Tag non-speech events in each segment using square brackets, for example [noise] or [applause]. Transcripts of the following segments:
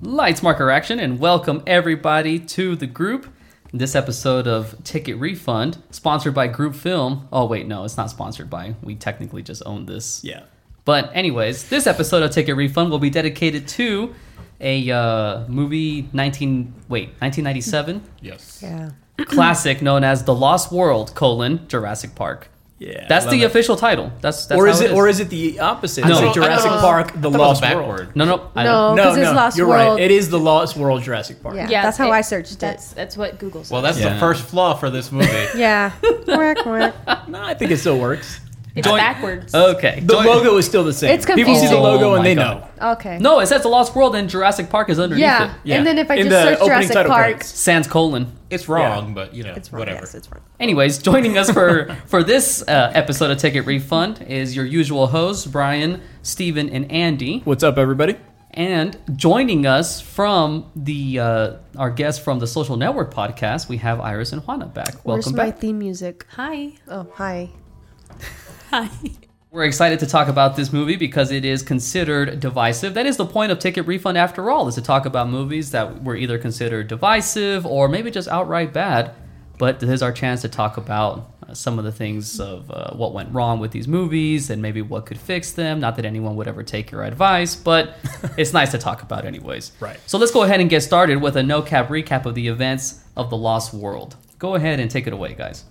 Lights, marker, action, and welcome everybody to the group. This episode of Ticket Refund, sponsored by Group Film. Oh, wait, no, it's not sponsored by. We technically just own this. Yeah. But, anyways, this episode of Ticket Refund will be dedicated to a uh, movie 19 wait [clears throat] 1997 Yes. Yeah. classic known as The Lost World: colon Jurassic Park. Yeah. That's love the it. official title. That's, that's or how is it, or is it the opposite? No. Is I it thought- Jurassic Uh, I thought- Park: The I thought it was Lost backward. World? no no I No. don't. because it's Lost you're World. right. It is the Lost World Jurassic Park. Yeah. Yeah, that's how it- I searched That's that's what Google says. Well, that's Yeah. the first flaw for this [laughs] movie. it. Yeah. Quack, [laughs] quack. No, I think it still works. it's Join- backwards. Okay. The Don't- logo is still the same. It's People see the confusing. logo Oh and my they God. know. Okay. No, it says The Lost World and Jurassic Park is underneath it. Yeah. Yeah. And then if I In just the search opening Jurassic title Park, credits. Sans colon. It's wrong, but you know, it's wrong. whatever. Yes, it's wrong. Anyways, joining [laughs] us for for this uh, episode of Ticket Refund is your usual hosts, Brian, Steven, and Andy. What's up, everybody? And joining us from the uh, our guest from the Social Network podcast, we have Iris and Juana back. Where's Welcome my back. theme music? Hi. Oh, [laughs] hi. Hi. We're excited to talk about this movie because it is considered divisive. That is the point of Ticket Refund, after all, is to talk about movies that were either considered divisive or maybe just outright bad. But this is our chance to talk about uh, some of the things of uh, what went wrong with these movies and maybe what could fix them. Not that anyone would ever take your advice, but it's nice to talk about, anyways. Right. So let's go ahead and get started with a no cap recap of the events of The Lost World. Go ahead and take it away, guys.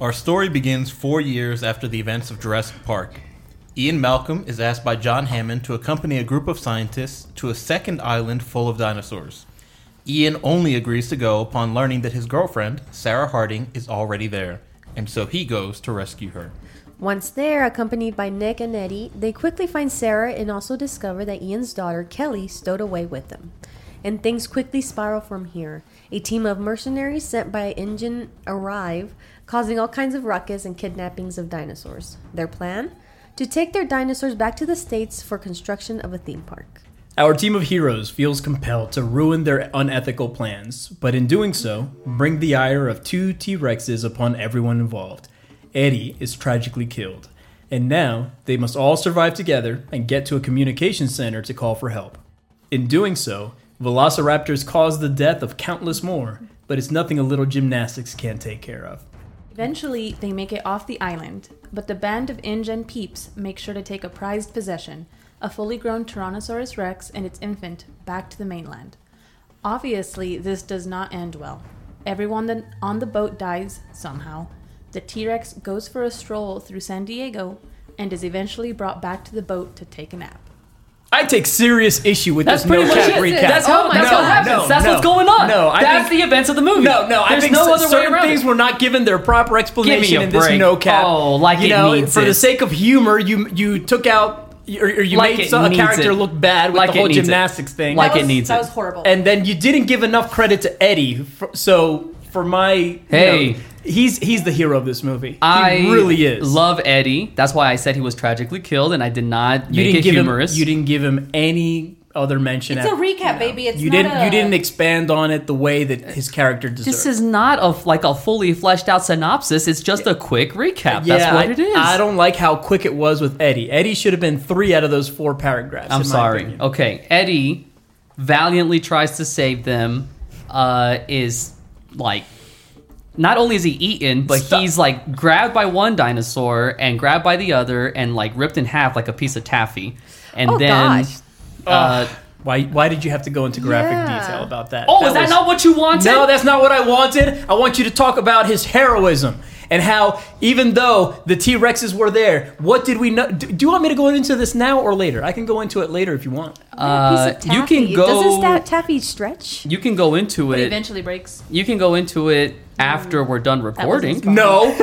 Our story begins four years after the events of Jurassic Park. Ian Malcolm is asked by John Hammond to accompany a group of scientists to a second island full of dinosaurs. Ian only agrees to go upon learning that his girlfriend, Sarah Harding, is already there, and so he goes to rescue her. Once there, accompanied by Nick and Eddie, they quickly find Sarah and also discover that Ian's daughter, Kelly, stowed away with them. And things quickly spiral from here. A team of mercenaries sent by Engine arrive, causing all kinds of ruckus and kidnappings of dinosaurs. Their plan? To take their dinosaurs back to the States for construction of a theme park. Our team of heroes feels compelled to ruin their unethical plans, but in doing so, bring the ire of two T Rexes upon everyone involved. Eddie is tragically killed, and now they must all survive together and get to a communications center to call for help. In doing so, velociraptors cause the death of countless more, but it's nothing a little gymnastics can't take care of. Eventually, they make it off the island, but the band of InGen peeps make sure to take a prized possession, a fully grown Tyrannosaurus rex and its infant, back to the mainland. Obviously, this does not end well. Everyone that- on the boat dies somehow. The T Rex goes for a stroll through San Diego and is eventually brought back to the boat to take a nap. I take serious issue with That's this pretty no much cap it. recap. That's how, Oh my that's No, what happens. no, that's no. what's going on. No, I that's think- the events of the movie. No, no, There's I think no no other way certain around things it. were not given their proper explanation a in this break. no cap. Oh, like you it know, needs for it. the sake of humor, you you took out or, or you Like made it some, a needs character it. look bad with Like the it whole needs it. gymnastics thing, Like That it was- needs That it. was horrible. and then you didn't give enough credit to Eddie. For, so for my you Hey. know, he's he's the hero of this movie. I he really is. Love Eddie. That's why I said he was tragically killed, and I did not you make didn't it give humorous. him you didn't give him any other mention. It's a at- recap, baby. It's you not didn't a- you didn't expand on it the way that his character deserved. This is not a like a fully fleshed out synopsis. It's just a quick recap. that's what I, it is. I don't like how quick it was with Eddie. Eddie should have been three out of those four paragraphs. in I'm my sorry. opinion. Okay, Eddie valiantly tries to save them. Uh, is like. Not only is he eaten, but Stop. he's like grabbed by one dinosaur and grabbed by the other and like ripped in half like a piece of taffy. And Oh, then gosh. Uh, Why? Why did you have to go into graphic Yeah. detail about that? Oh, is that was- not what you wanted? No, that's not what I wanted. I want you to talk about his heroism and how, even though the T Rexes were there, what did we know? Do, do you want me to go into this now or later? I can go into it later if you want. Uh, you can go. Doesn't that taffy stretch? you can go into But it. eventually breaks. you can go into it after we're done recording. fun. No.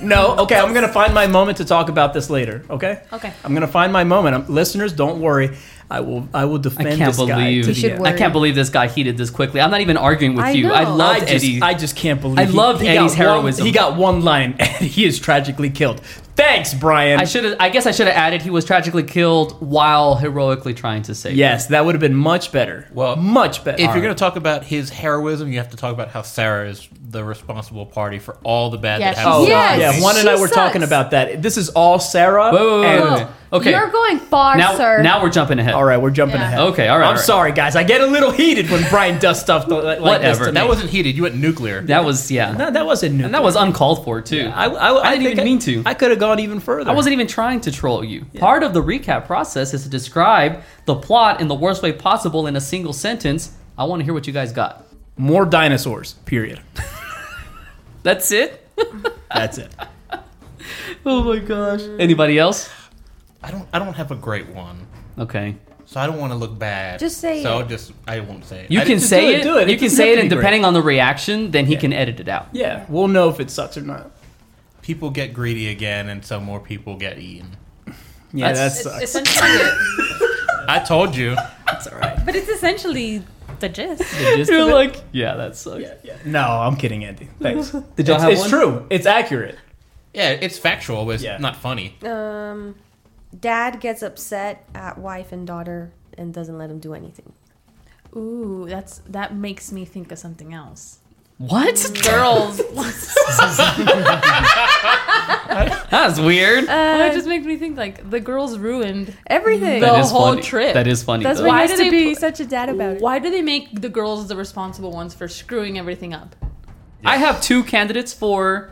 No, okay, I'm gonna find my moment to talk about this later. Okay. Okay. I'm gonna find my moment. i listeners, don't worry. I will. I will I defend can't this guy. believe to the should end. worry. I can't believe this guy heated this quickly. I'm not even arguing with I you. I know. love I just, Eddie. I just can't believe. I loved Eddie's got one- heroism. he got one line, [laughs] and he is tragically killed. Thanks, Brian. I should have. I guess I should have added he was tragically killed while heroically trying to save. yes, that would have been much better. Well, much better. If you're going to talk about his heroism, you have to talk about how Sarah is the responsible party for all the bad Yeah, that she's- happens. Yes, yeah, Juan and she I were sucks. talking about that. This is all Sarah Wait, wait, wait, and wait, wait. Okay. You're going far, now, sir. now we're jumping ahead. All right, we're jumping Yeah. ahead. Okay, all right, I'm all right. sorry, guys. I get a little heated when Brian does stuff like like Whatever. This to That me. That wasn't heated. You went nuclear. That was yeah. no, that wasn't new. and that was uncalled for too. I, I, I, didn't think even I- mean to. I could have gone even further. I wasn't even trying to troll you. Part of the recap process is to describe the plot in the worst way possible in a single sentence. I want to hear what you guys got. more dinosaurs. Period. That's it? [laughs] That's it. Oh my gosh. Anybody else? I don't. I don't have a great one, Okay. so I don't want to look bad. Just say So it. I'll just. I won't say it. You I can just- just say do it. it, do it. You It can doesn't say have it, to and be depending on the reaction, then he can edit it out. Yeah, we'll know if it sucks or not. people get greedy again, and some more people get eaten. Yeah, That's- that sucks. [laughs] essentially, I told you. That's all right. but it's essentially the gist. You're like, yeah, that sucks. Yeah, yeah. No, I'm kidding, Andy. [laughs] Thanks. Did y'all it's, have It's one? true. It's accurate. Yeah, it's factual, but it's Yeah. not funny. [laughs] Um, dad gets upset at wife and daughter and doesn't let him do anything. Ooh, that's that makes me think of something else. What? [laughs] [laughs] Girls. That's weird. Oh, it just makes me think like the girls ruined. Everything. That That the is whole funny. trip. That is funny. That's though. why he Why do has to they be put- such a dad about it. Why do they make the girls the responsible ones for screwing everything up? I have two candidates for.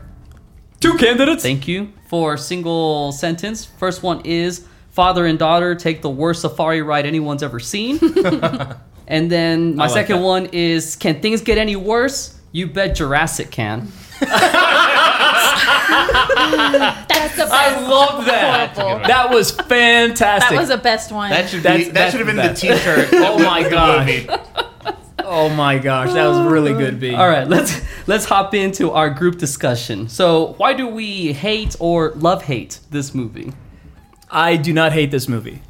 Two candidates. Thank you for single sentence. First one is father and daughter take the worst safari ride anyone's ever [laughs] seen. and then my I like second that. one is can things get any worse? You bet Jurassic can. That's the best. I love that. Horrible. That was fantastic. That was the best one. That should That's- be. That that's should have been the the best. T-shirt. [laughs] oh my gosh. [laughs] oh my gosh, that was really good, B. Oh All right, let's let's hop into our group discussion. So, why do we hate or love hate this movie? I do not hate this movie.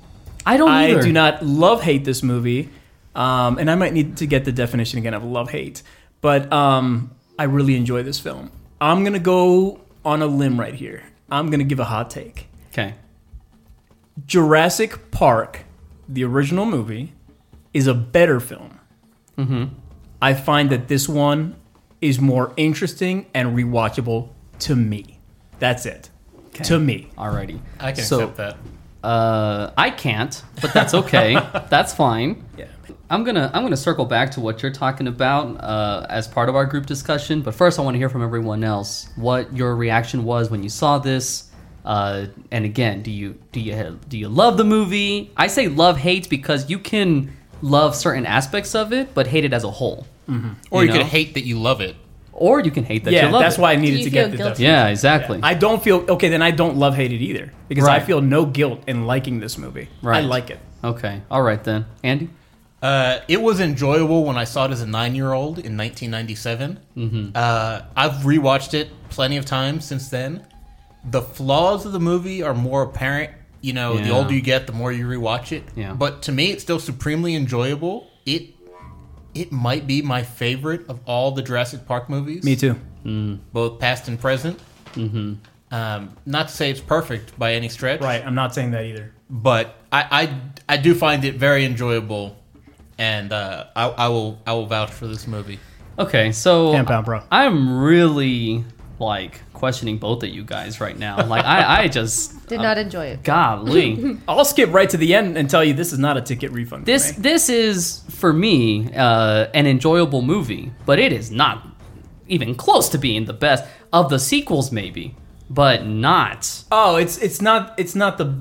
I don't I either. do not love hate this movie, um, and I might need to get the definition again of love hate. But um, I really enjoy this film. I'm gonna go on a limb right here. I'm gonna give a hot take. Okay. Jurassic Park, the original movie, is a better film. Mm-hmm. I find that this one is more interesting and rewatchable to me. That's it. To me. Alrighty. I can So- accept that. Uh, I can't, but that's [laughs] okay. that's fine. Yeah. I'm gonna I'm gonna circle back to what you're talking about uh, as part of our group discussion. But first, I want to hear from everyone else what your reaction was when you saw this. Uh, and again, do you do you do you love the movie? I say love hate because you can love certain aspects of it, but hate it as a whole, Or you, know? could hate that you love it. or you can hate that Mm. yeah, you love that's it. why I you needed to feel get the guilty? definition. Yeah, exactly. I don't feel okay. Then I don't love hate it either because Right. I feel no guilt in liking this movie. I Right. like it. okay, all right then, Andy. Uh, it was enjoyable when I saw it as a nine-year-old in 1997. Uh, I've rewatched it plenty of times since then. The flaws of the movie are more apparent. You know, the Yeah. older you get, the more you rewatch it. Yeah. But to me, it's still supremely enjoyable. It it might be my favorite of all the Jurassic Park movies. Me too. both past and present. Mm-hmm. Um, not to say it's perfect by any stretch, Right. I'm not saying that either. But I, I, I do find it very enjoyable, and uh, I, I will I will vouch for this movie. Okay, so Ten pound bro. I'm really like questioning both of you guys right now. Like I I just Did not enjoy [laughs] it. golly. I'll skip right to the end and tell you this is not a ticket refund. for This me. this is for me uh, an enjoyable movie, but it is not even close to being the best of the sequels, maybe, but not. Oh, it's it's not it's not the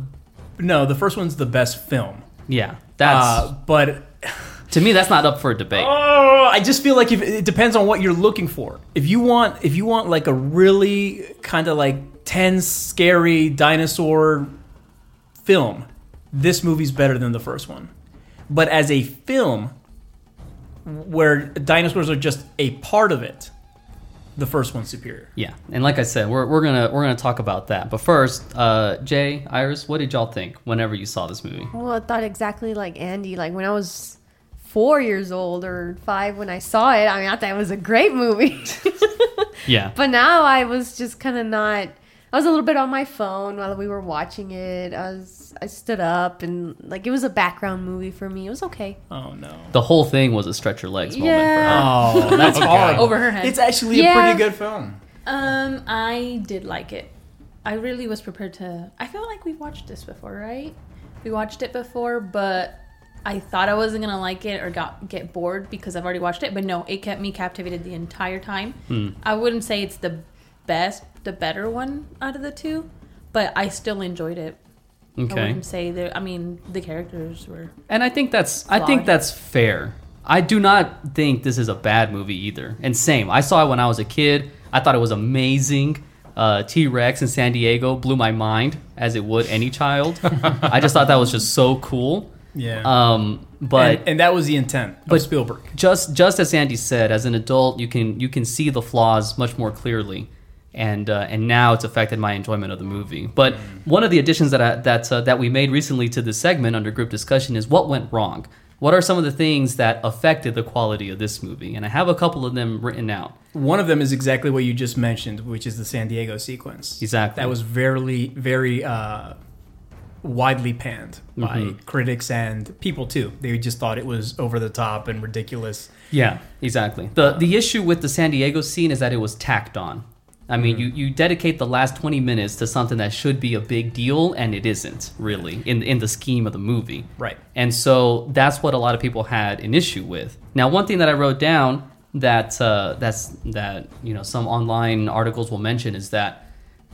no. The first one's the best film. Yeah, that's Uh, but to me that's not up for debate. oh, I just feel like if, it depends on what you're looking for. If you want if you want like a really kind of like tense, scary dinosaur film, this movie's better than the first one. But as a film where dinosaurs are just a part of it, the first one's superior. yeah, and like I said, we're, we're gonna we're gonna talk about that. But first, uh, Jay, Iris, what did y'all think whenever you saw this movie? Well, I thought exactly like Andy. Like when I was four years old or five when I saw it, I mean, I thought it was a great [laughs] movie. Yeah, but now I was just kind of not. I was a little bit on my phone while we were watching it. I was. I stood up and like it was a background movie for me. It was okay. Oh no. the whole thing was a stretch your legs moment. For her. Yeah. Oh, [laughs] that's hard. Over her head. It's actually Yeah. a pretty good film. um, I did like it. I really was prepared to. I feel like we've watched this before, right? We watched it before, but I thought I wasn't gonna like it or got get bored because I've already watched it. But no, it kept me captivated the entire time. I wouldn't say it's the best, the better one out of the two, but I still enjoyed it. I Okay. wouldn't say that. I mean, the characters were. And I think that's I think Flawed. that's fair. I do not think this is a bad movie either. And same, I saw it when I was a kid. I thought it was amazing. Uh, T Rex in San Diego blew my mind, as it would any child. I just thought that was just so cool. Yeah. Um, but Uh, and, and that was the intent but- of Spielberg. just just as Andy said, as an adult, you can you can see the flaws much more clearly, and uh, and now it's affected my enjoyment of the movie. But one of the additions that I, that uh, that we made recently to this segment under group discussion is what went wrong. What are some of the things that affected the quality of this movie? And I have a couple of them written out. One of them is exactly what you just mentioned, which is the San Diego sequence. Exactly. That was very, very uh, widely panned by critics and people too. They just thought it was over the top and ridiculous. Yeah, exactly. the The issue with the San Diego scene is that it was tacked on. I mean, you, you dedicate the last twenty minutes to something that should be a big deal, and it isn't really in in the scheme of the movie. Right. And so that's what a lot of people had an issue with. Now, one thing that I wrote down that uh, that's that you know some online articles will mention is that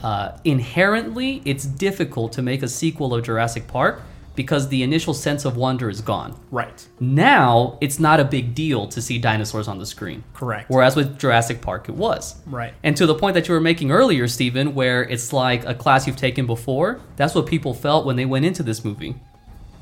uh, inherently it's difficult to make a sequel of Jurassic Park because the initial sense of wonder is gone. Right. Now it's not a big deal to see dinosaurs on the screen. Correct. Whereas with Jurassic Park, it was. Right. And to the point that you were making earlier, Steven, where it's like a class you've taken before, that's what people felt when they went into this movie.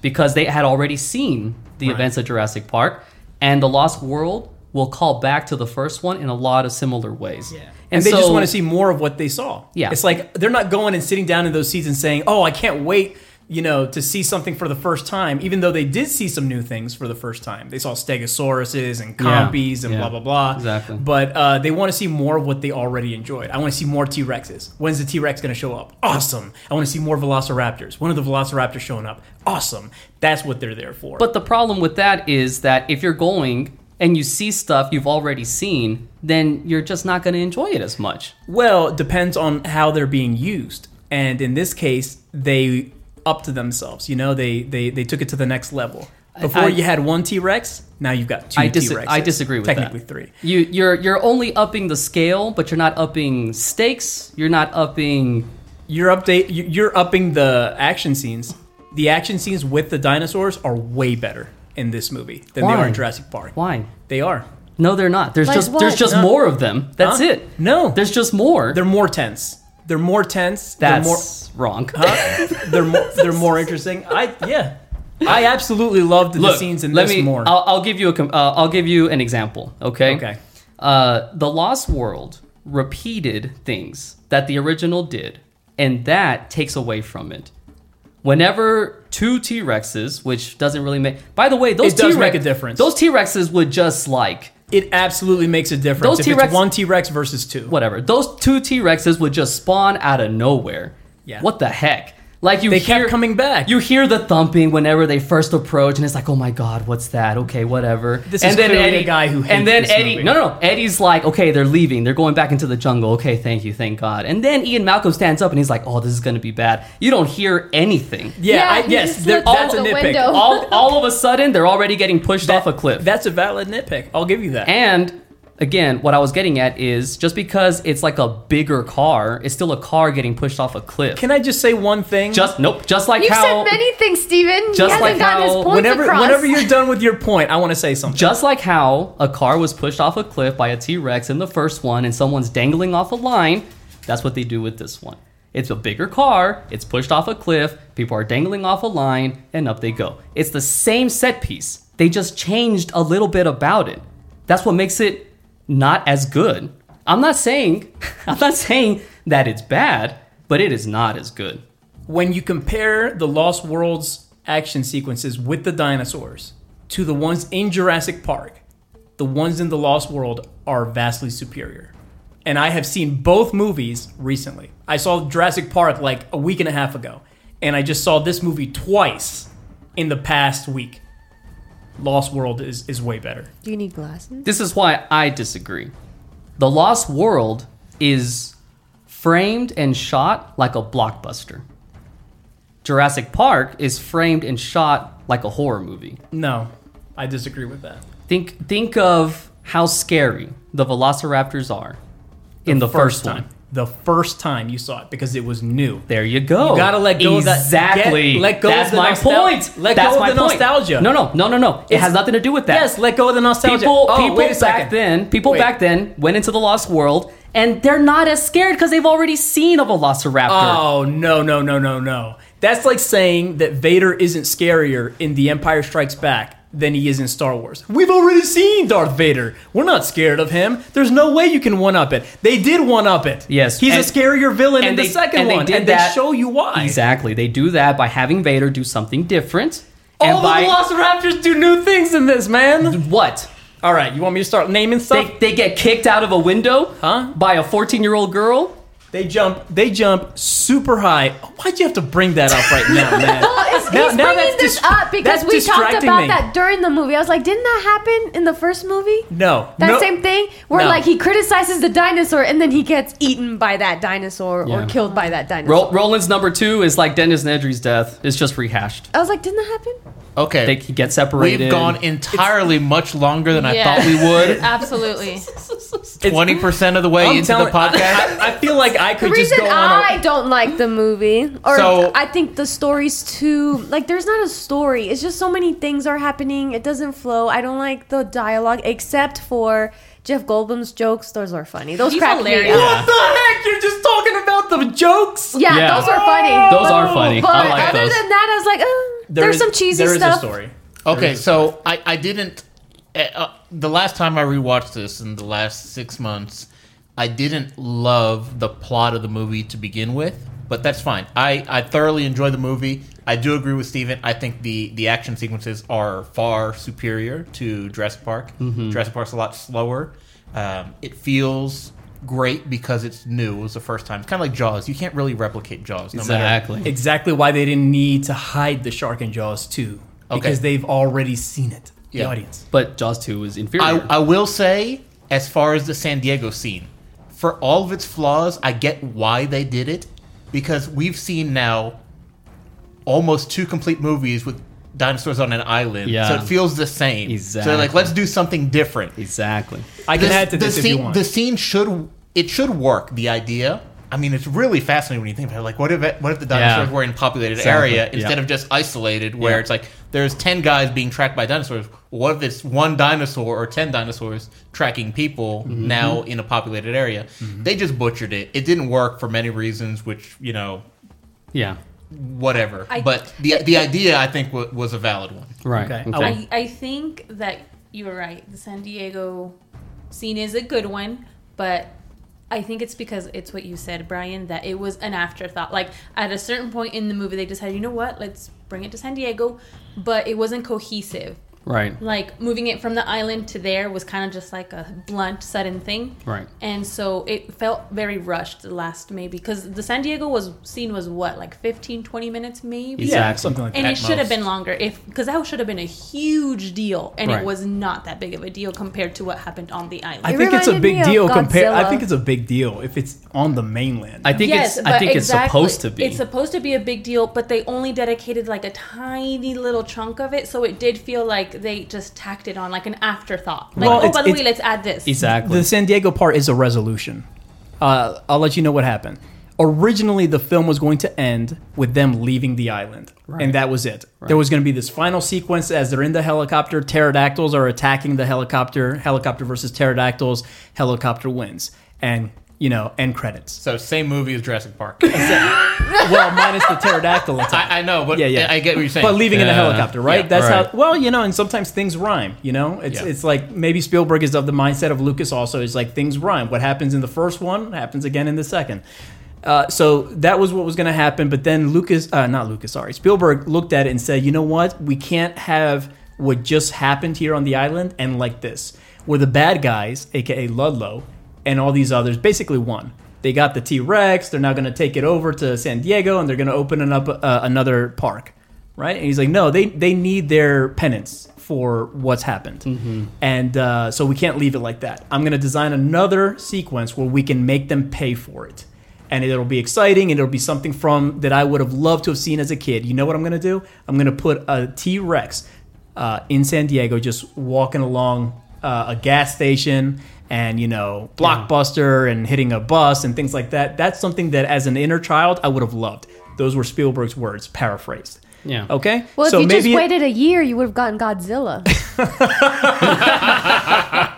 Because they had already seen the Right. events of Jurassic Park, and The Lost World will call back to the first one in a lot of similar ways. And, they just so- want to see more of what they saw. Yeah. It's like they're not going and sitting down in those seats and saying, "Oh, I can't wait." You know, to see something for the first time, even though they did see some new things for the first time. They saw stegosauruses and Yeah. compies and Yeah. blah, blah, blah. Exactly. But uh, they want to see more of what they already enjoyed. I want to see more T Rexes. When's the T Rex going to show up? Awesome. I want to see more Velociraptors. When are the Velociraptors showing up? Awesome. That's what they're there for. But the problem with that is that if you're going and you see stuff you've already seen, then you're just not going to enjoy it as much. Well, it depends on how they're being used. And in this case, they upped themselves. You know, they they, they took it to the next level. Before I- you had one T Rex, now you've got two I, T dis- Rexes. I disagree with technically that. three. You, you're you're only upping the scale, but you're not upping stakes. You're not upping. You're update. you- You're upping the action scenes. The action scenes with the dinosaurs are way better in this movie than they Why? are in Jurassic Park. Why? They are. No, they're not. There's Like just what? there's just No. more of them. That's Huh? it. No, they're There's just more. they're more tense. They're more tense. That's they're more, wrong. Huh? [laughs] they're more they're more interesting. I yeah. I absolutely loved the [laughs] Look, scenes in let this me. more. I'll, I'll give you a. com- Uh, I'll give you an example. Okay. Okay. Uh, the Lost World repeated things that the original did, and that takes away from it. Whenever two T Rexes, which doesn't really make. By the way, those It does T-Rex- make a difference. Those T Rexes would just like it absolutely makes a difference. Those if T-Rex- it's one T Rex versus two. whatever. Those two T Rexes would just spawn out of nowhere. Yeah. What the heck? Like you They hear, kept coming back. You hear the thumping whenever they first approach, and it's like, oh my god, what's that? Okay, whatever. This and is clearly a guy who hates and then this Eddie. movie. No, no, no. Eddie's like, okay, they're leaving. They're going back into the jungle. Okay, thank you, thank God. And then Ian Malcolm stands up and he's like, oh, this is gonna be bad. You don't hear anything. yeah, Yeah, I, he yes, just there, looked out that's a the nitpick. window. All, all of a sudden, they're already getting pushed off a cliff. That's a valid nitpick. I'll give you that. And again, what I was getting at is just because it's like a bigger car, it's still a car getting pushed off a cliff. Can I just say one thing? just nope. Just like You've how said many things, Steven. Just he hasn't like gotten how- his point whenever across. whenever you're done with your point, I want to say something. just like how a car was pushed off a cliff by a T Rex in the first one, and someone's dangling off a line. That's what they do with this one. It's a bigger car. It's pushed off a cliff. People are dangling off a line, and up they go. It's the same set piece. They just changed a little bit about it. That's what makes it not as good. I'm not saying [laughs] I'm not saying that it's bad, but it is not as good. when you compare the Lost World's action sequences with the dinosaurs to the ones in Jurassic Park, the ones in the Lost World are vastly superior. And I have seen both movies recently. I saw Jurassic Park like a week and a half ago, and I just saw this movie twice in the past week. Lost World is, is way better. Do you need glasses? This is why I disagree. The Lost World is framed and shot like a blockbuster. Jurassic Park is framed and shot like a horror movie. No, I disagree with that. Think think of how scary the velociraptors are in the, first, time. one. The first time you saw it because it was new. There you go. You gotta let go of that- exactly. get- let go That's of the my nostal- point. let go That's of my the point. nostalgia. No, no, no, no, no. It It's- has nothing to do with that. Yes, let go of the nostalgia. People, oh, people wait a second. back then, people Wait. back then went into the Lost World, and they're not as scared because they've already seen a Velociraptor. Oh no no no no no! That's like saying that Vader isn't scarier in The Empire Strikes Back than he is in Star Wars. We've already seen Darth Vader. We're not scared of him. There's no way you can one up it. They did one up it. Yes, he's and- a scarier villain in the second they one, did and that- they show you why. Exactly, they do that by having Vader do something different. All and by the Velociraptors do new things in this man. what? All right, you want me to start naming stuff? They, they get kicked out of a window Huh? by a 14 year old girl. They jump. They jump super high. Why'd you have to bring that up right [laughs] now, man? He's, Now- he's now bringing that's this dis- up because that's we talked distracting about me. that during the movie. I was like, didn't that happen in the first movie? No, That no. same thing where No. like he criticizes the dinosaur and then he gets eaten by that dinosaur Yeah. or killed by that dinosaur. Ro- Roland's number two is like Dennis Nedry's death. It's just rehashed. I was like, didn't that happen? Okay. They can get separated. We've gone entirely much longer than I Yeah. thought we would. Absolutely. Twenty percent of the way I'm into telling- [laughs] the podcast. I, I feel like I could The just reason go on. I don't like the movie, or So- I think the story's too like there's not a story. It's just so many things are happening. It doesn't flow. I don't like the dialogue except for Jeff Goldblum's jokes. Those are funny. Those He's crack hilarious. me What up. the heck? You're just talking about the jokes. Yeah, Yeah. those are funny. Those Oh, are funny. But I like other those. than that, I was like, uh, There there's is- some cheesy there is stuff. a story. Okay, so I, I didn't. uh, Uh, the last time I rewatched this in the last six months, I didn't love the plot of the movie to begin with, but that's fine. I, I thoroughly enjoy the movie. I do agree with Steven. I think the, the action sequences are far superior to Jurassic Park. Jurassic Park's a lot slower. Um, it feels great because it's new. It was the first time. Kind of like Jaws. You can't really replicate Jaws. No matter Exactly. Exactly why they didn't need to hide the shark in Jaws 2 Okay. because they've already seen it. The Yeah. audience. But Jaws 2 is I, inferior. I will say, as far as the San Diego scene, for all of its flaws, I get why they did it because we've seen now almost two complete movies with dinosaurs on an island. So Yeah. it feels the same. So they're like, Exactly. let's do something different. exactly. I can add to the this if scene, you want. The scene should it should work. The idea. I mean, it's really fascinating when you think about it. Like, what if it, what if the dinosaurs Yeah. were in a populated Exactly. area instead Yeah. of just isolated, where Yeah. it's like there's ten guys being tracked by dinosaurs. What if it's one dinosaur or ten dinosaurs tracking people Mm-hmm. now in a populated area? They just butchered it. It didn't work for many reasons, which you know, Yeah. whatever. I- but the the idea I think wa was a valid one. Right. Okay. Okay. I, I think that you were right. The San Diego scene is a good one, but I think it's because it's what you said, Brian, that it was an afterthought. Like at a certain point in the movie, they decided, you know what, let's bring it to San Diego, but it wasn't cohesive. right. Like moving it from the island to there was kind of just like a blunt, sudden thing. Right. And so it felt very rushed the last maybe because the San Diego was scene was what like 15, 20 minutes maybe. Yeah. Yeah, Exactly. something like And that. it should have been most. longer if because that should have been a huge deal, and Right. it was not that big of a deal compared to what happened on the island. I It think it's a reminded me big of deal compared. I Godzilla. think it's a big deal if it's on the mainland. I think it's I think it's supposed to be. It's supposed to be a big deal, but they only dedicated like a tiny little chunk of it, so it did feel like they just tacked it on like an afterthought. Like, Well, oh, it's- by the way, it's- let's add this. exactly. The San Diego part is a resolution. Uh, I'll let you know what happened. Originally, the film was going to end with them leaving the island, and that was it. There was going to be this final sequence as they're in the helicopter. Pterodactyls are attacking the helicopter. Helicopter versus pterodactyls. Helicopter wins, and you know, end [laughs] credits. So same movie as [laughs] Jurassic Park. well, minus the pterodactyl attack. I, I know, but Yeah, yeah. I get what you're saying. But leaving in a Yeah. helicopter, right? Yeah, That's right. how. Uh, Well, you know, and sometimes things rhyme. You know, it's Yeah. it's like maybe Spielberg is of the mindset of Lucas. Also, is like things rhyme. What happens in the first one happens again in the second. Uh, so that was what was going to happen. But then Lucas, uh, not Lucas, sorry, Spielberg looked at it and said, you know what? We can't have what just happened here on the island and like this, where the bad guys, aka Ludlow, and all these others basically won. They got the T Rex. They're now going to take it over to San Diego and they're going to open an up uh, another park right? And he's like, no, they they need their penance for what's happened, and uh, so we can't leave it like that. I'm gonna design another sequence where we can make them pay for it, and it'll be exciting and it'll be something from that I would have loved to have seen as a kid. You know what I'm gonna do? I'm gonna put a T Rex uh, in San Diego, just walking along uh, a gas station and you know blockbuster and hitting a bus and things like that. That's something that as an inner child I would have loved. Those were Spielberg's words, paraphrased. Yeah. Okay. [laughs] Well, if you just it- waited a year, you would have gotten [laughs] Godzilla.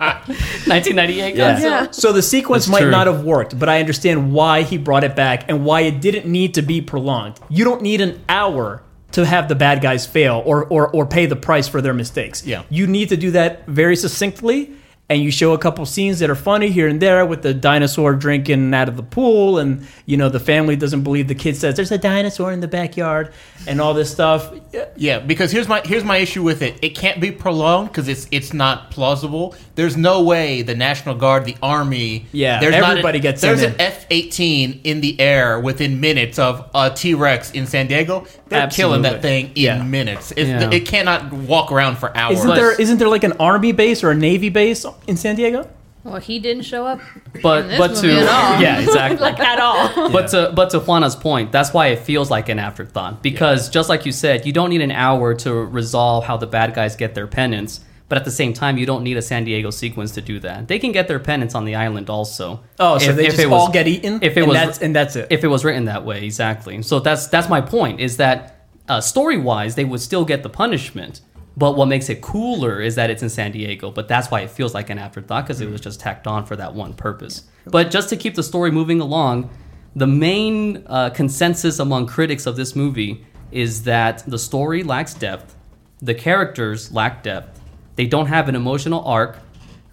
1998. Yeah. Godzilla. So the sequence That's might true. not have worked, but I understand why he brought it back and why it didn't need to be prolonged. You don't need an hour to have the bad guys fail or or, or pay the price for their mistakes. Yeah. You need to do that very succinctly. And you show a couple scenes that are funny here and there with the dinosaur drinking out of the pool, and you know the family doesn't believe the kid says there's a dinosaur in the backyard, and all this stuff. Yeah, because here's my here's my issue with it. It can't be prolonged because it's it's not plausible. There's no way the National Guard, the Army, Yeah, there's not everybody an, gets There's in an F-18 in the air within minutes of a T-Rex in San Diego. They're killing that Absolutely. thing in Yeah. minutes. It's, Yeah. It cannot walk around for hours. Isn't there isn't there like an army base or a navy base in San Diego? Well, he didn't show up in But this but to movie at all. yeah exactly. [laughs] like at all. But to but to Juana's point, that's why it feels like an afterthought because just like you said, you don't need an hour to resolve how the bad guys get their penance. But at the same time, you don't need a San Diego sequence to do that. They can get their penance on the island also. Oh, so If- they if just it all was- get eaten. If it and was that's, and that's it. if it was written that way exactly so that's that's my point is that uh, story wise they would still get the punishment but what makes it cooler is that it's in san diego but that's why it feels like an afterthought because it was just tacked on for that one purpose but just to keep the story moving along the main uh, consensus among critics of this movie is that the story lacks depth the characters lack depth they don't have an emotional arc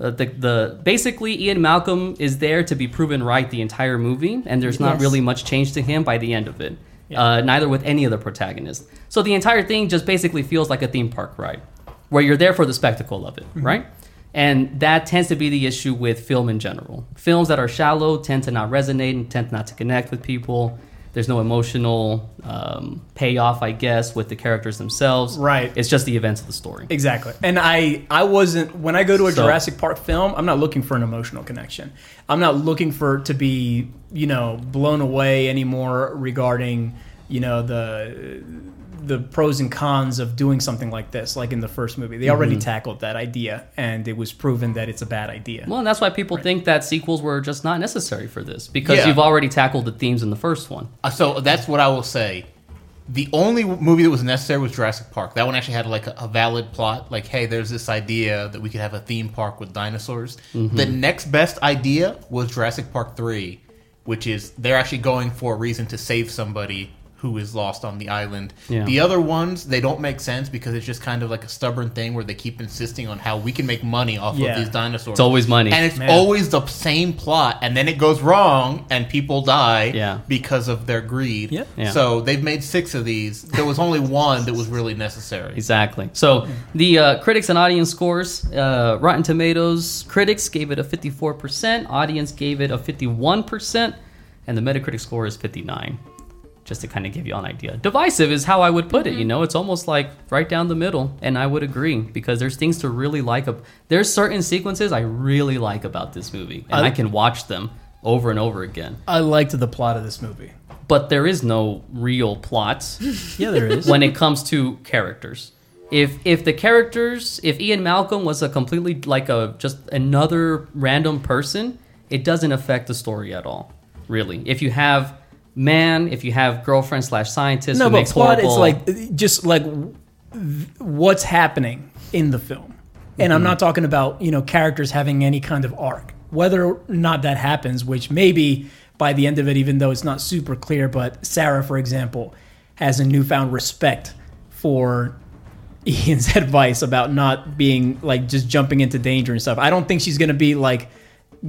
uh, the, the basically Ian Malcolm is there to be proven right the entire movie, and there's not Yes. really much change to him by the end of it. Uh, neither with any of the protagonists. So the entire thing just basically feels like a theme park ride, where you're there for the spectacle of it, right? And that tends to be the issue with film in general. Films that are shallow tend to not resonate and tend not to connect with people. There's no emotional um, payoff, I guess, with the characters themselves. Right. It's just the events of the story. Exactly. And I I wasn't when I go to a So- Jurassic Park film, I'm not looking for an emotional connection. I'm not looking for it to be, you know, blown away anymore regarding, you know, the the pros and cons of doing something like this, like in the first movie. They already tackled that idea and it was proven that it's a bad idea. Well, and that's why people think that sequels were just not necessary for this because Yeah. you've already tackled the themes in the first one. Uh, So that's what I will say. The only w- movie that was necessary was Jurassic Park. That one actually had like a, a valid plot. Like, hey, there's this idea that we could have a theme park with dinosaurs. The next best idea was Jurassic Park 3, which is they're actually going for a reason to save somebody who is lost on the island. Yeah. The other ones, they don't make sense because it's just kind of like a stubborn thing where they keep insisting on how we can make money off Yeah. of these dinosaurs. It's always money. And it's always the same plot, and then it goes wrong, and people die Yeah. because of their greed. Yep. Yeah. So they've made six of these. There was only one that was really necessary. Exactly. So the uh, critics and audience scores uh, Rotten Tomatoes critics gave it a 54%, audience gave it a 51%, and the Metacritic score is 59. Just to kind of give you an idea. Divisive is how I would put it, you know? It's almost like right down the middle, and I would agree because there's things to really like. ab- There's certain sequences I really like about this movie, and I, can watch them over and over again. I liked the plot of this movie. But there is no real plot Yeah, there is. when it comes to characters. If if the characters, if Ian Malcolm was a completely like a just another random person, it doesn't affect the story at all. Really, if you have man, if you have girlfriend slash scientist, no, who but makes plot horrible, it's like just like w- th- what's happening in the film, and I'm not talking about you know characters having any kind of arc, whether or not that happens, which maybe by the end of it, even though it's not super clear, but Sarah, for example, has a newfound respect for [laughs] Ian's advice about not being like just jumping into danger and stuff. I don't think she's gonna be like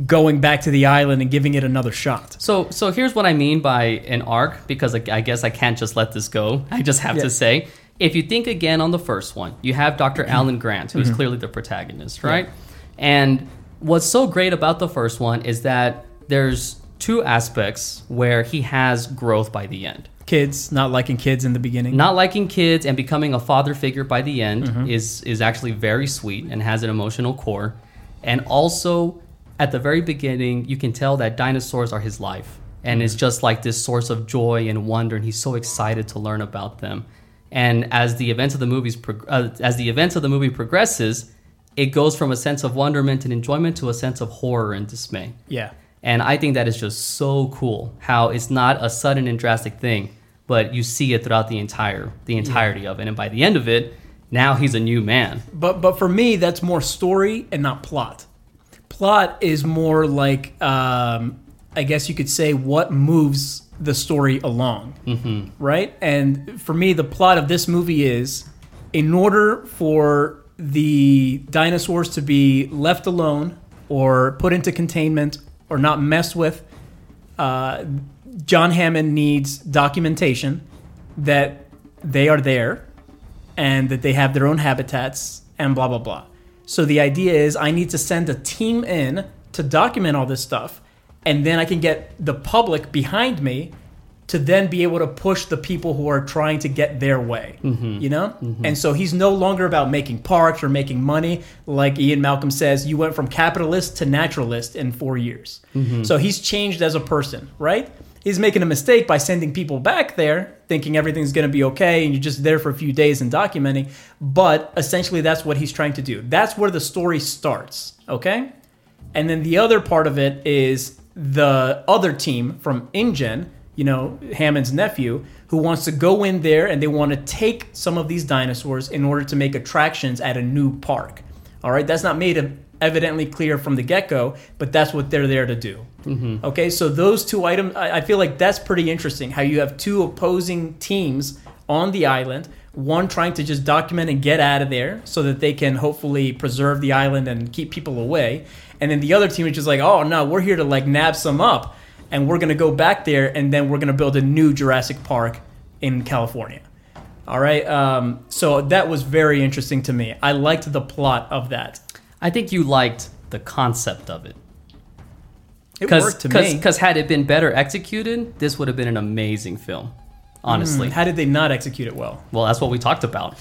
going back to the island and giving it another shot. So, so here's what I mean by an arc, because I, I guess I can't just let this go. I just have Yeah. to say, if you think again on the first one, you have Dr. Alan Grant, who is clearly the protagonist, right? And what's so great about the first one is that there's two aspects where he has growth by the end. Kids not liking kids in the beginning. Not liking kids and becoming a father figure by the end is is actually very sweet and has an emotional core. And also at the very beginning, you can tell that dinosaurs are his life. and it's just like this source of joy and wonder and he's so excited to learn about them and as the events of the movies prog- uh, as the events of the movie progresses it goes from a sense of wonderment and enjoyment to a sense of horror and dismay Yeah. and I think that is just so cool how it's not a sudden and drastic thing, but you see it throughout the entire the entirety of it. And by the end of it, now he's a new man. But but for me, that's more story and not plot. Plot is more like um, I guess you could say what moves the story along, mm-hmm. right? And for me, the plot of this movie is in order for the dinosaurs to be left alone or put into containment or not messed with, uh, John Hammond needs documentation that they are there and that they have their own habitats and blah blah blah. So the idea is I need to send a team in to document all this stuff and then I can get the public behind me to then be able to push the people who are trying to get their way, you know? And so he's no longer about making parks or making money. Like Ian Malcolm says, you went from capitalist to naturalist in four years. So he's changed as a person, right? He's making a mistake by sending people back there, thinking everything's going to be okay, and you're just there for a few days and documenting. But essentially, that's what he's trying to do. That's where the story starts, okay? And then the other part of it is the other team from InGen, you know, Hammond's nephew, who wants to go in there and they want to take some of these dinosaurs in order to make attractions at a new park. All right, that's not made evidently clear from the get go, but that's what they're there to do. Okay, so those two items, I I feel like that's pretty interesting how you have two opposing teams on the island. One trying to just document and get out of there so that they can hopefully preserve the island and keep people away. And then the other team is just like, oh no, we're here to like nab some up and we're gonna go back there and then we're gonna build a new Jurassic Park in California. All right, um, so that was very interesting to me. I liked the plot of that. I think you liked the concept of it. It Because worked to me. because had it been better executed, this would have been an amazing film. Honestly. How did they not execute it well? well, that's what we talked about.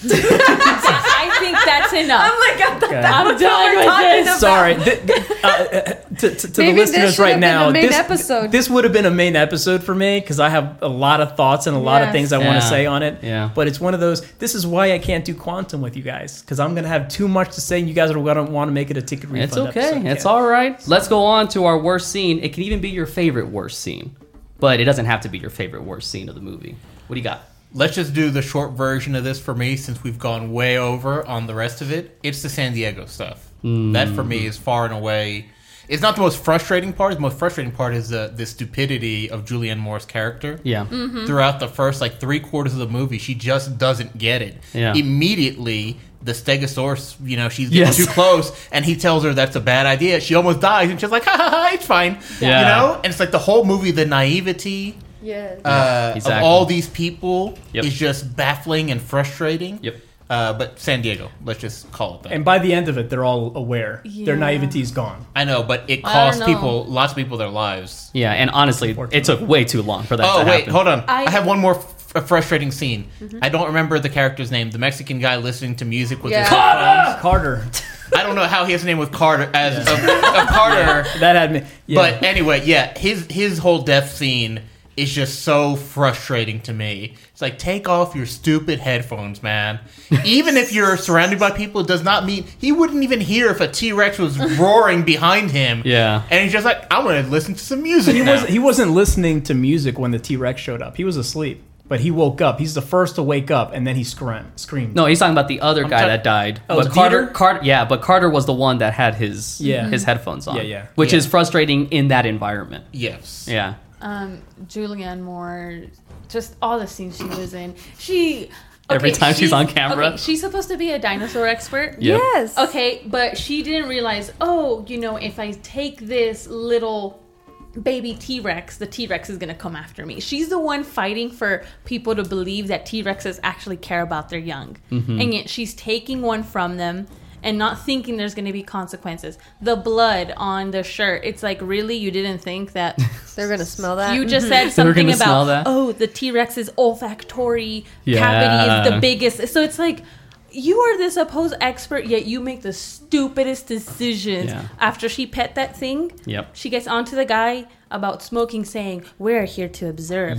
I think [laughs] that's enough. I'm like, I'm, Okay. [laughs] I'm done with this. Sorry, Th- th- uh, uh, to, to, to the Maybe this listeners should right have been now, a main this, episode. this would have been a main episode for me because I have a lot of thoughts and a lot of Yes. things I Yeah. want to say on it. Yeah. But it's one of those. This is why I can't do quantum with you guys because I'm gonna have too much to say. and You guys are gonna want to make it a ticket refund. It's okay. episode. It's Yeah. all right. Let's go on to our worst scene. It can even be your favorite worst scene, but it doesn't have to be your favorite worst scene of the movie. What do you got? Let's just do the short version of this for me since we've gone way over on the rest of it. It's the San Diego stuff. Hmm. That for me is far and away. It's not the most frustrating part. The most frustrating part is the, the stupidity of Julianne Moore's character. Yeah. Mm-hmm. Throughout the first like three quarters of the movie, she just doesn't get it. Yeah. Immediately, the Stegosaurus, you know, she's getting Yes. too close, and he tells her that's a bad idea. She almost dies, and she's like, "Ha ha ha, it's fine." Yeah. You know, and it's like the whole movie, the naivety yeah. uh, exactly. of all these people Yep. is just baffling and frustrating. Yep. Uh, but San Diego, let's just call it that. And by the end of it, they're all aware. Their Yeah. naivety is gone. I know, but it I don't cost know. people, lots of people, their lives. Yeah, and honestly, it took way too long for that Oh to wait, happen. hold on. I, I- have one more f- f- frustrating scene. I don't remember the character's name. The Mexican guy listening to music with Yeah. his headphones. Um, Carter, I don't know how his name was Carter as of, of Carter. [laughs] that had me. Yeah. But anyway, yeah, his his whole death scene is just so frustrating to me. It's like take off your stupid headphones, man. Even if you're surrounded by people, it does not mean he wouldn't even hear if a T Rex was roaring behind him. Yeah. and he's just like, I'm gonna listen to some music. He now." wasn't, he wasn't listening to music when the T Rex showed up. He was asleep, but he woke up. He's the first to wake up, and then he scream, screamed. No, he's talking about the other guy ta- that died. Oh, but Dieter? Carter, Carter, yeah, but Carter was the one that had his Yeah. his headphones on. Yeah, yeah. which Yeah. is frustrating in that environment. Yes. Yeah, Um, Julianne Moore, just all the scenes she was in. She Every time she's on camera. okay, she's supposed to be a dinosaur expert. Yeah. Yes. Okay, but she didn't realize, oh, you know, if I take this little baby T Rex, the T Rex is going to come after me. She's the one fighting for people to believe that T Rexes actually care about their young. Mm-hmm. And yet she's taking one from them and not thinking there's going to be consequences. The blood on the shirt, it's like, really? You didn't think that They're gonna smell that. you just said mm-hmm. They were something gonna smell about that. oh the T-Rex's olfactory Yeah. cavity is the biggest. So it's like you are the supposed expert yet you make the stupidest decisions. Yeah. After she pet that thing, Yep. she gets onto the guy. about smoking saying, We're here to observe,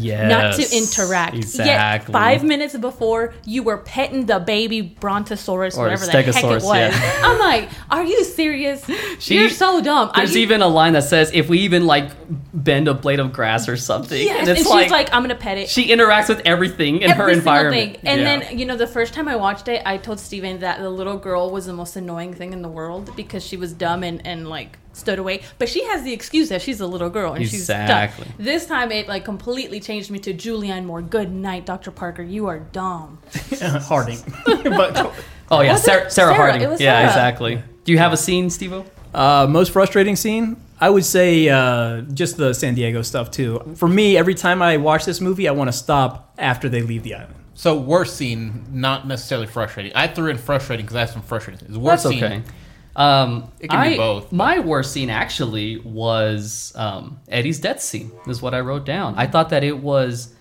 Yes, not to interact. exactly. Yet, five minutes before, you were petting the baby brontosaurus, Or whatever the heck it stegosaurus, was. yeah. [laughs] I'm like, Are you serious? You're so dumb. Are There's you- even a line that says, "If we even like bend a blade of grass or something," Yes, and it's and like, she's like, I'm gonna pet it. she interacts with everything in her every single environment. thing. And Yeah. then, you know, the first time I watched it, I told Steven that the little girl was the most annoying thing in the world because she was dumb and, and like stood away. But she has the excuse that she's a little girl and Exactly. she's dumb. This time it like completely changed me to Julianne Moore. Good night, Dr. Parker. You are dumb. [laughs] Harding. but oh yeah, Was it Sarah, Sarah, Sarah? Harding. It was yeah, Sarah. exactly. Do you have a scene, Stevo? Uh, most frustrating scene? I would say uh, just the San Diego stuff too. For me, every time I watch this movie, I want to stop after they leave the island. So worst scene, not necessarily frustrating. I threw in frustrating because I have some frustrating. It's worst That's scene. okay. Um, It can be I- both, but- My worst scene actually was um, Eddie's death scene. Is what I wrote down. I thought that it was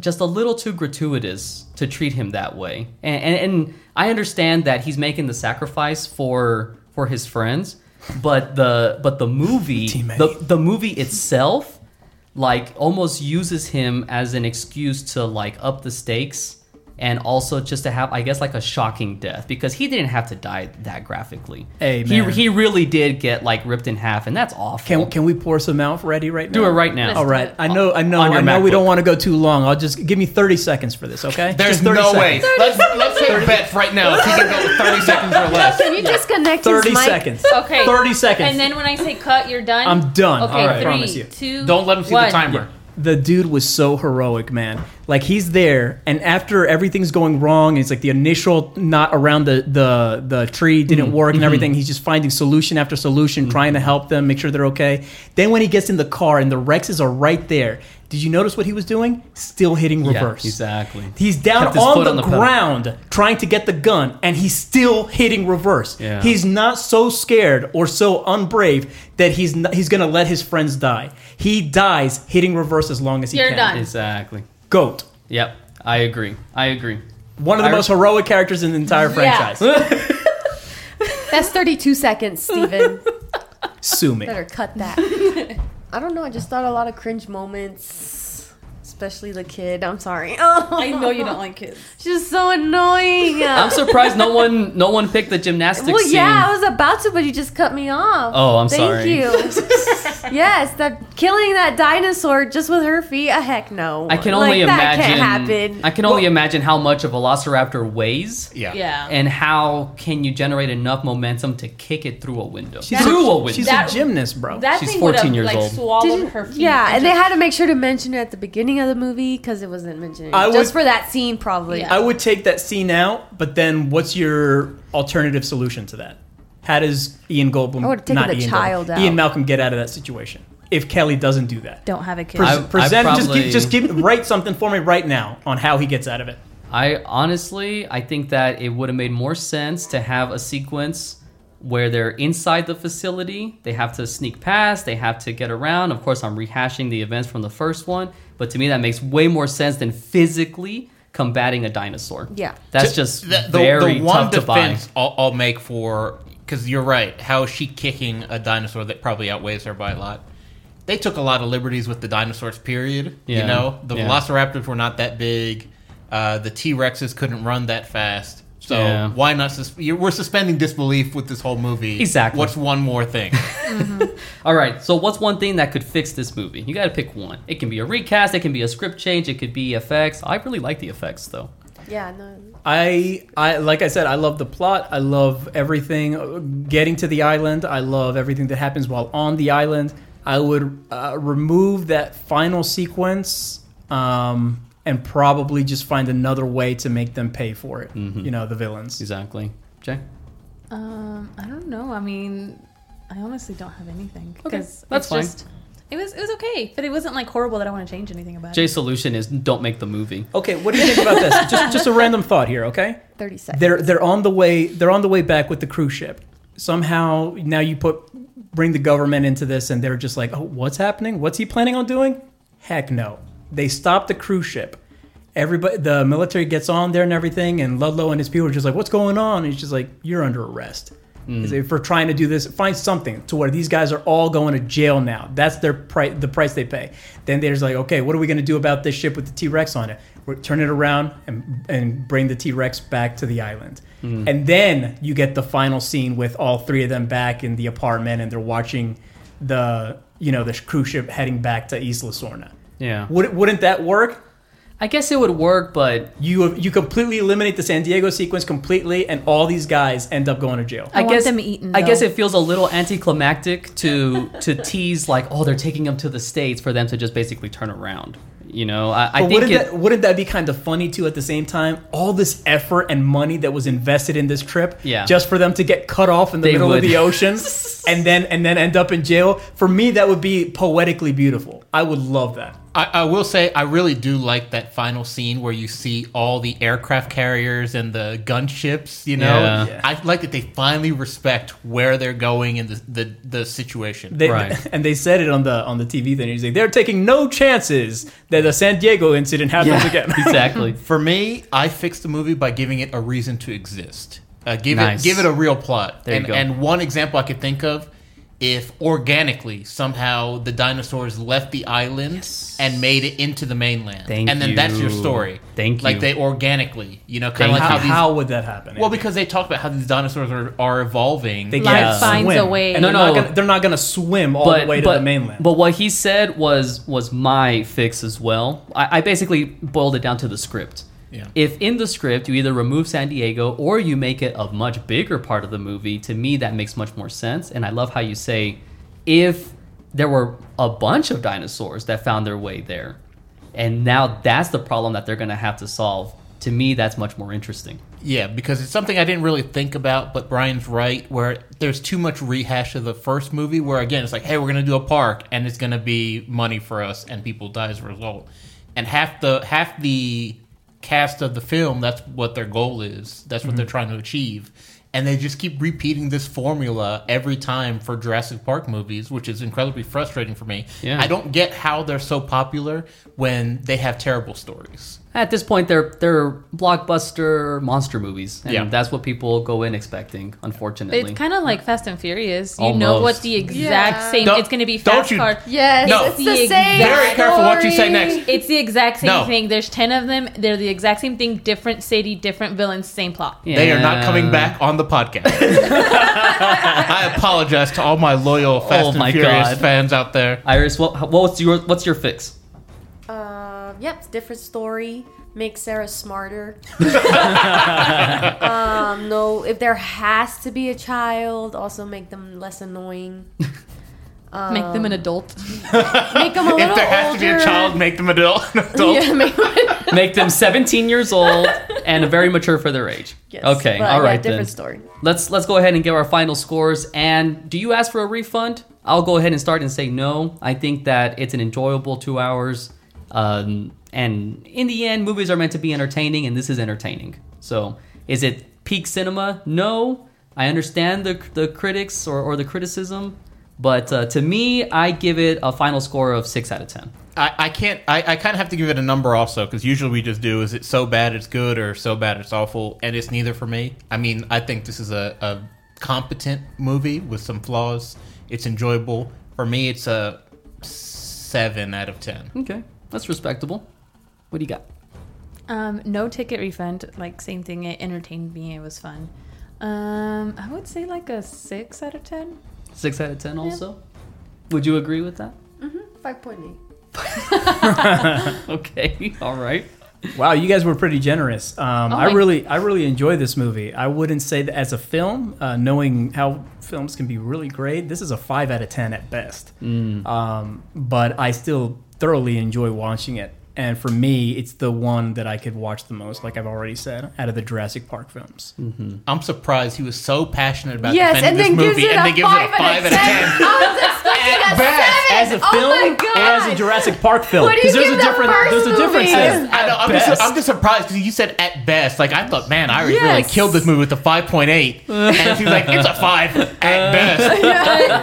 just a little too gratuitous to treat him that way, and, and, and I understand that he's making the sacrifice for for his friends, but the but the movie [laughs] Teammate. the the movie itself like almost uses him as an excuse to like up the stakes and also just to have i guess like a shocking death because he didn't have to die that graphically Hey, he, man. he really did get like ripped in half and that's awful Can can we pour some out for Eddie right now? do it right now All right. I know. I know. On I your know. We MacBook. don't want to go too long. I'll just give me thirty seconds for this. Okay. There's Just no 30 way. seconds. Let's let's take bets right now. If he can go 30 seconds or less. Can you disconnect his Thirty mic? seconds. [laughs] Okay. Thirty seconds. And then when I say cut, you're done. I'm done. Okay, All right, three, promise you. two, Don't let him see one. the timer. the dude was so heroic, man. Like he's there, and after everything's going wrong, and it's like the initial knot around the the the tree didn't Mm-hmm. work and everything. He's just finding solution after solution, trying to help them, make sure they're okay. Then when he gets in the car and the Rexes are right there, did you notice what he was doing? Still hitting Yeah, reverse. exactly He's down Kept his on foot the, on the pedal. ground trying to get the gun, and he's still hitting reverse. Yeah. He's not so scared or so unbrave that he's not, he's gonna let his friends die. He dies hitting reverse as long as he You're can. done. exactly Goat. yep i agree i agree One of the I- most heroic characters in the entire franchise. [laughs] That's [laughs] 32 seconds, Steven. Sue me. Better cut [laughs] that. I don't know. I just thought a lot of cringe moments, especially the kid. I'm sorry. Oh, I [laughs] know you don't like kids. She's so annoying. i'm surprised no one no one picked the gymnastics well, scene yeah, I was about to, but you just cut me off. Oh, I'm Thank sorry. Thank [laughs] you. yes, that killing that dinosaur just with her feet. A heck no. I can only like, imagine. That can't happen. I can only imagine how much a Velociraptor weighs. Yeah. Yeah. and how can you generate enough momentum to kick it through a window? She's through a a, window. she's That- a gymnast, bro. that She's thing would 14 have years like old. swallowed Didn't- her feet. yeah, and they just- had to make sure to mention it at the beginning of the movie because it wasn't mentioned. I just would- for that scene, probably. Yeah. I would take that scene out, but then what's your alternative solution to that? How does Ian Goldblum I would've taken not the Ian child Goldblum, out. Ian Malcolm get out of that situation if Kelly doesn't do that? don't have a kid. Pres- I- present, I just probably- give, just give, write something for me right now on how he gets out of it. I honestly, I think that it would have made more sense to have a sequence where they're inside the facility. They have to sneak past. They have to get around. Of course, I'm rehashing the events from the first one, but to me, that makes way more sense than physically combating a dinosaur. Yeah. that's just The, the, very the one tough to buy. defense I'll, I'll make for because you're right. How is she kicking a dinosaur that probably outweighs her by a lot? They took a lot of liberties with the dinosaurs. Period. Yeah. You know, the Yeah. Velociraptors were not that big. Uh, the T Rexes couldn't run that fast. So Yeah. why not? Sus- you we're suspending disbelief with this whole movie. Exactly. What's one more thing? All right, so what's one thing that could fix this movie? You got to pick one. It can be a recast, it can be a script change, it could be effects. I really like the effects though. Yeah, no. I, I, like I said, I love the plot. I love everything uh, getting to the island. I love everything that happens while on the island. I would uh, remove that final sequence um, and probably just find another way to make them pay for it. You know, the villains. Exactly. Jay? Um, I don't know. I mean, I honestly don't have anything. Okay, 'cause that's it's fine. Just, it was it was okay, but it wasn't like horrible that I want to change anything about Jay's it. solution is don't make the movie. Okay, what do you think about this? just, just a random thought here. Okay. 30 seconds. They're they're on the way. They're on the way back with the cruise ship. Somehow now you put bring the government into this, and they're just like, oh, what's happening? What's he planning on doing? Heck no. They stop the cruise ship. Everybody, the military gets on there and everything, and Ludlow and his people are just like, what's going on? And he's just like, you're under arrest. Is if we're trying to do this, find something to where these guys are all going to jail now. That's their price, the price they pay. Then there's like, okay, what are we going to do about this ship with the T Rex on it? We're, turn it around and and bring the T Rex back to the island, and then you get the final scene with all three of them back in the apartment, and they're watching the you know the cruise ship heading back to Isla Sorna. Yeah. Would, wouldn't that work? I guess it would work, but You you completely eliminate the San Diego sequence completely, and all these guys end up going to jail. I, I, want guess them eaten. I guess though. it feels a little anticlimactic [laughs] to to tease like, oh, they're taking them to the states for them to just basically turn around. You know, I, I But think wouldn't, it, that, wouldn't that be kind of funny too? At the same time, all this effort and money that was invested in this trip, Yeah. just for them to get cut off in the They middle would. of [laughs] the ocean, and then and then end up in jail. For me, that would be poetically beautiful. I would love that. I, I will say I really do like that final scene where you see all the aircraft carriers and the gunships. You know, Yeah. Yeah. I like that they finally respect where they're going and the the, the situation. They, Right. [laughs] And they said it on the on the TV thing. He's like, they're taking no chances that the San Diego incident happens Yeah, again. [laughs] [laughs] exactly. For me, I fixed the movie by giving it a reason to exist. Uh, give Nice. it give it a real plot. There you and, go. and one example I could think of, if organically somehow the dinosaurs left the island and made it into the mainland, Thank and then that's your you. story. Thank Like you. they organically, you know, kind Thank of you. like how, how, these. how would that happen? well, Andy? because they talked about how these dinosaurs are, are evolving. They Life can't finds swim. a way. And No, they're not no. gonna- they're not going to swim all the way to the mainland. But what he said was was my fix as well. I, I basically boiled it down to the script. Yeah. If in the script you either remove San Diego or you make it a much bigger part of the movie, to me that makes much more sense. And I love how you say if there were a bunch of dinosaurs that found their way there, and now that's the problem that they're going to have to solve. To me, that's much more interesting. Yeah, because it's something I didn't really think about, but Brian's right, where there's too much rehash of the first movie, where again, it's like, hey, we're going to do a park, and it's going to be money for us, and people die as a result. And half the half the cast of the film, that's what their goal is. That's what they're trying to achieve. And they just keep repeating this formula every time for Jurassic Park movies, which is incredibly frustrating for me. Yeah. I don't get how they're so popular when they have terrible stories. At this point, they're they're blockbuster monster movies, and Yeah. that's what people go in expecting. Unfortunately, It's kind of like Fast and Furious. You know what Almost. the exact Yeah. same. Don't- it's going to be don't fast you- car. Yes, No. it's the, The same. exact- Very careful what you say story. next. It's the exact same No. thing. There's ten of them. They're the exact same thing. Different city, different villains, same plot. They are not Yeah. coming back on [laughs] the podcast. I apologize to all my loyal Fast Oh and my Furious God. fans out there. Iris, what, how- what's your what's your fix? Uh, yep, different story. Make [laughs] Sarah smarter. um, no, if there has to be a child, also make them less annoying. Make them an [laughs] adult. Make them a [laughs] little If there has older. to be a child, make them adult. [laughs] an adult. Yeah, make Make [laughs] them 17 years old and very mature for their age. Yes, okay, but all yeah, right different then. story. Let's let's go ahead and give our final scores. And do you ask for a refund? I'll go ahead and start and say no. I think that it's an enjoyable two hours, um, and in the end, movies are meant to be entertaining, and this is entertaining. So, is it peak cinema? No. I understand the the critics or, or the criticism, but uh, to me, I give it a final score of six out of ten. I, I can't. I, I kind of have to give it a number also because usually we just do is it so bad it's good or so bad it's awful, and it's neither for me. I mean, I think this is a, a competent movie with some flaws. It's enjoyable for me. It's a seven out of ten. Okay, that's respectable. What do you got? Um, no ticket refund. Like same thing. It entertained me. It was fun. Um, I would say like a six out of ten. Six out of ten. Also, would you agree with that? [laughs] Five point eight. Okay, all right. Wow, you guys were pretty generous. Um, Oh I my- really, I really enjoy this movie. I wouldn't say that as a film, uh, knowing how films can be really great. This is a five out of ten at best. Um, but I still thoroughly enjoy watching it. And for me, it's the one that I could watch the most. Like I've already said, out of the Jurassic Park films. I'm surprised he was so passionate about Yes, and defending then this gives movie, it and a they gives it five a five out out of of ten. ten. I was [laughs] expecting best. a seven. As a oh film my or as a God. Jurassic Park film, What do you there's a give the different, first there's a movie? difference. [laughs] Yes. I know, I'm, best. just, I'm just surprised because you said at best. Like I thought, man, Iris really Yes. killed this movie with a [laughs] 5.8, and she's like, it's a five at best.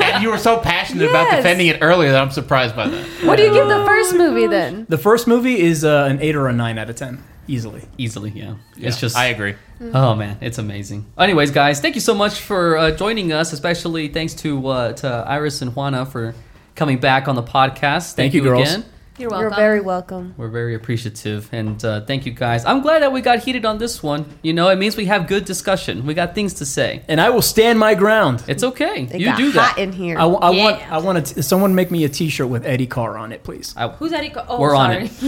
and you were so passionate about Yes. defending it earlier that I'm surprised by that. What do you give the first movie then? The first movie is uh, an eight or a nine out of ten. easily. easily. Yeah. it's just I agree. Mm-hmm. Oh man, it's amazing. Anyways, guys, thank you so much for uh, joining us. Especially thanks to uh, to Iris and Juana for coming back on the podcast. Thank, Thank you, girls. again. You're welcome. You're very welcome. We're very appreciative, and uh, thank you guys. I'm glad that we got heated on this one. You know, it means we have good discussion. We got things to say. And I will stand my ground. It's okay. It you got do hot that. in here. I, wa- I want Yeah. I want to someone make me a T-shirt with Eddie Carr on it, please. I- Who's Eddie? Co- oh, We're on sorry. [laughs]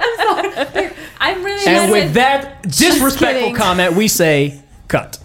I'm sorry. I'm really. And excited. with that disrespectful kidding. comment, we say cut.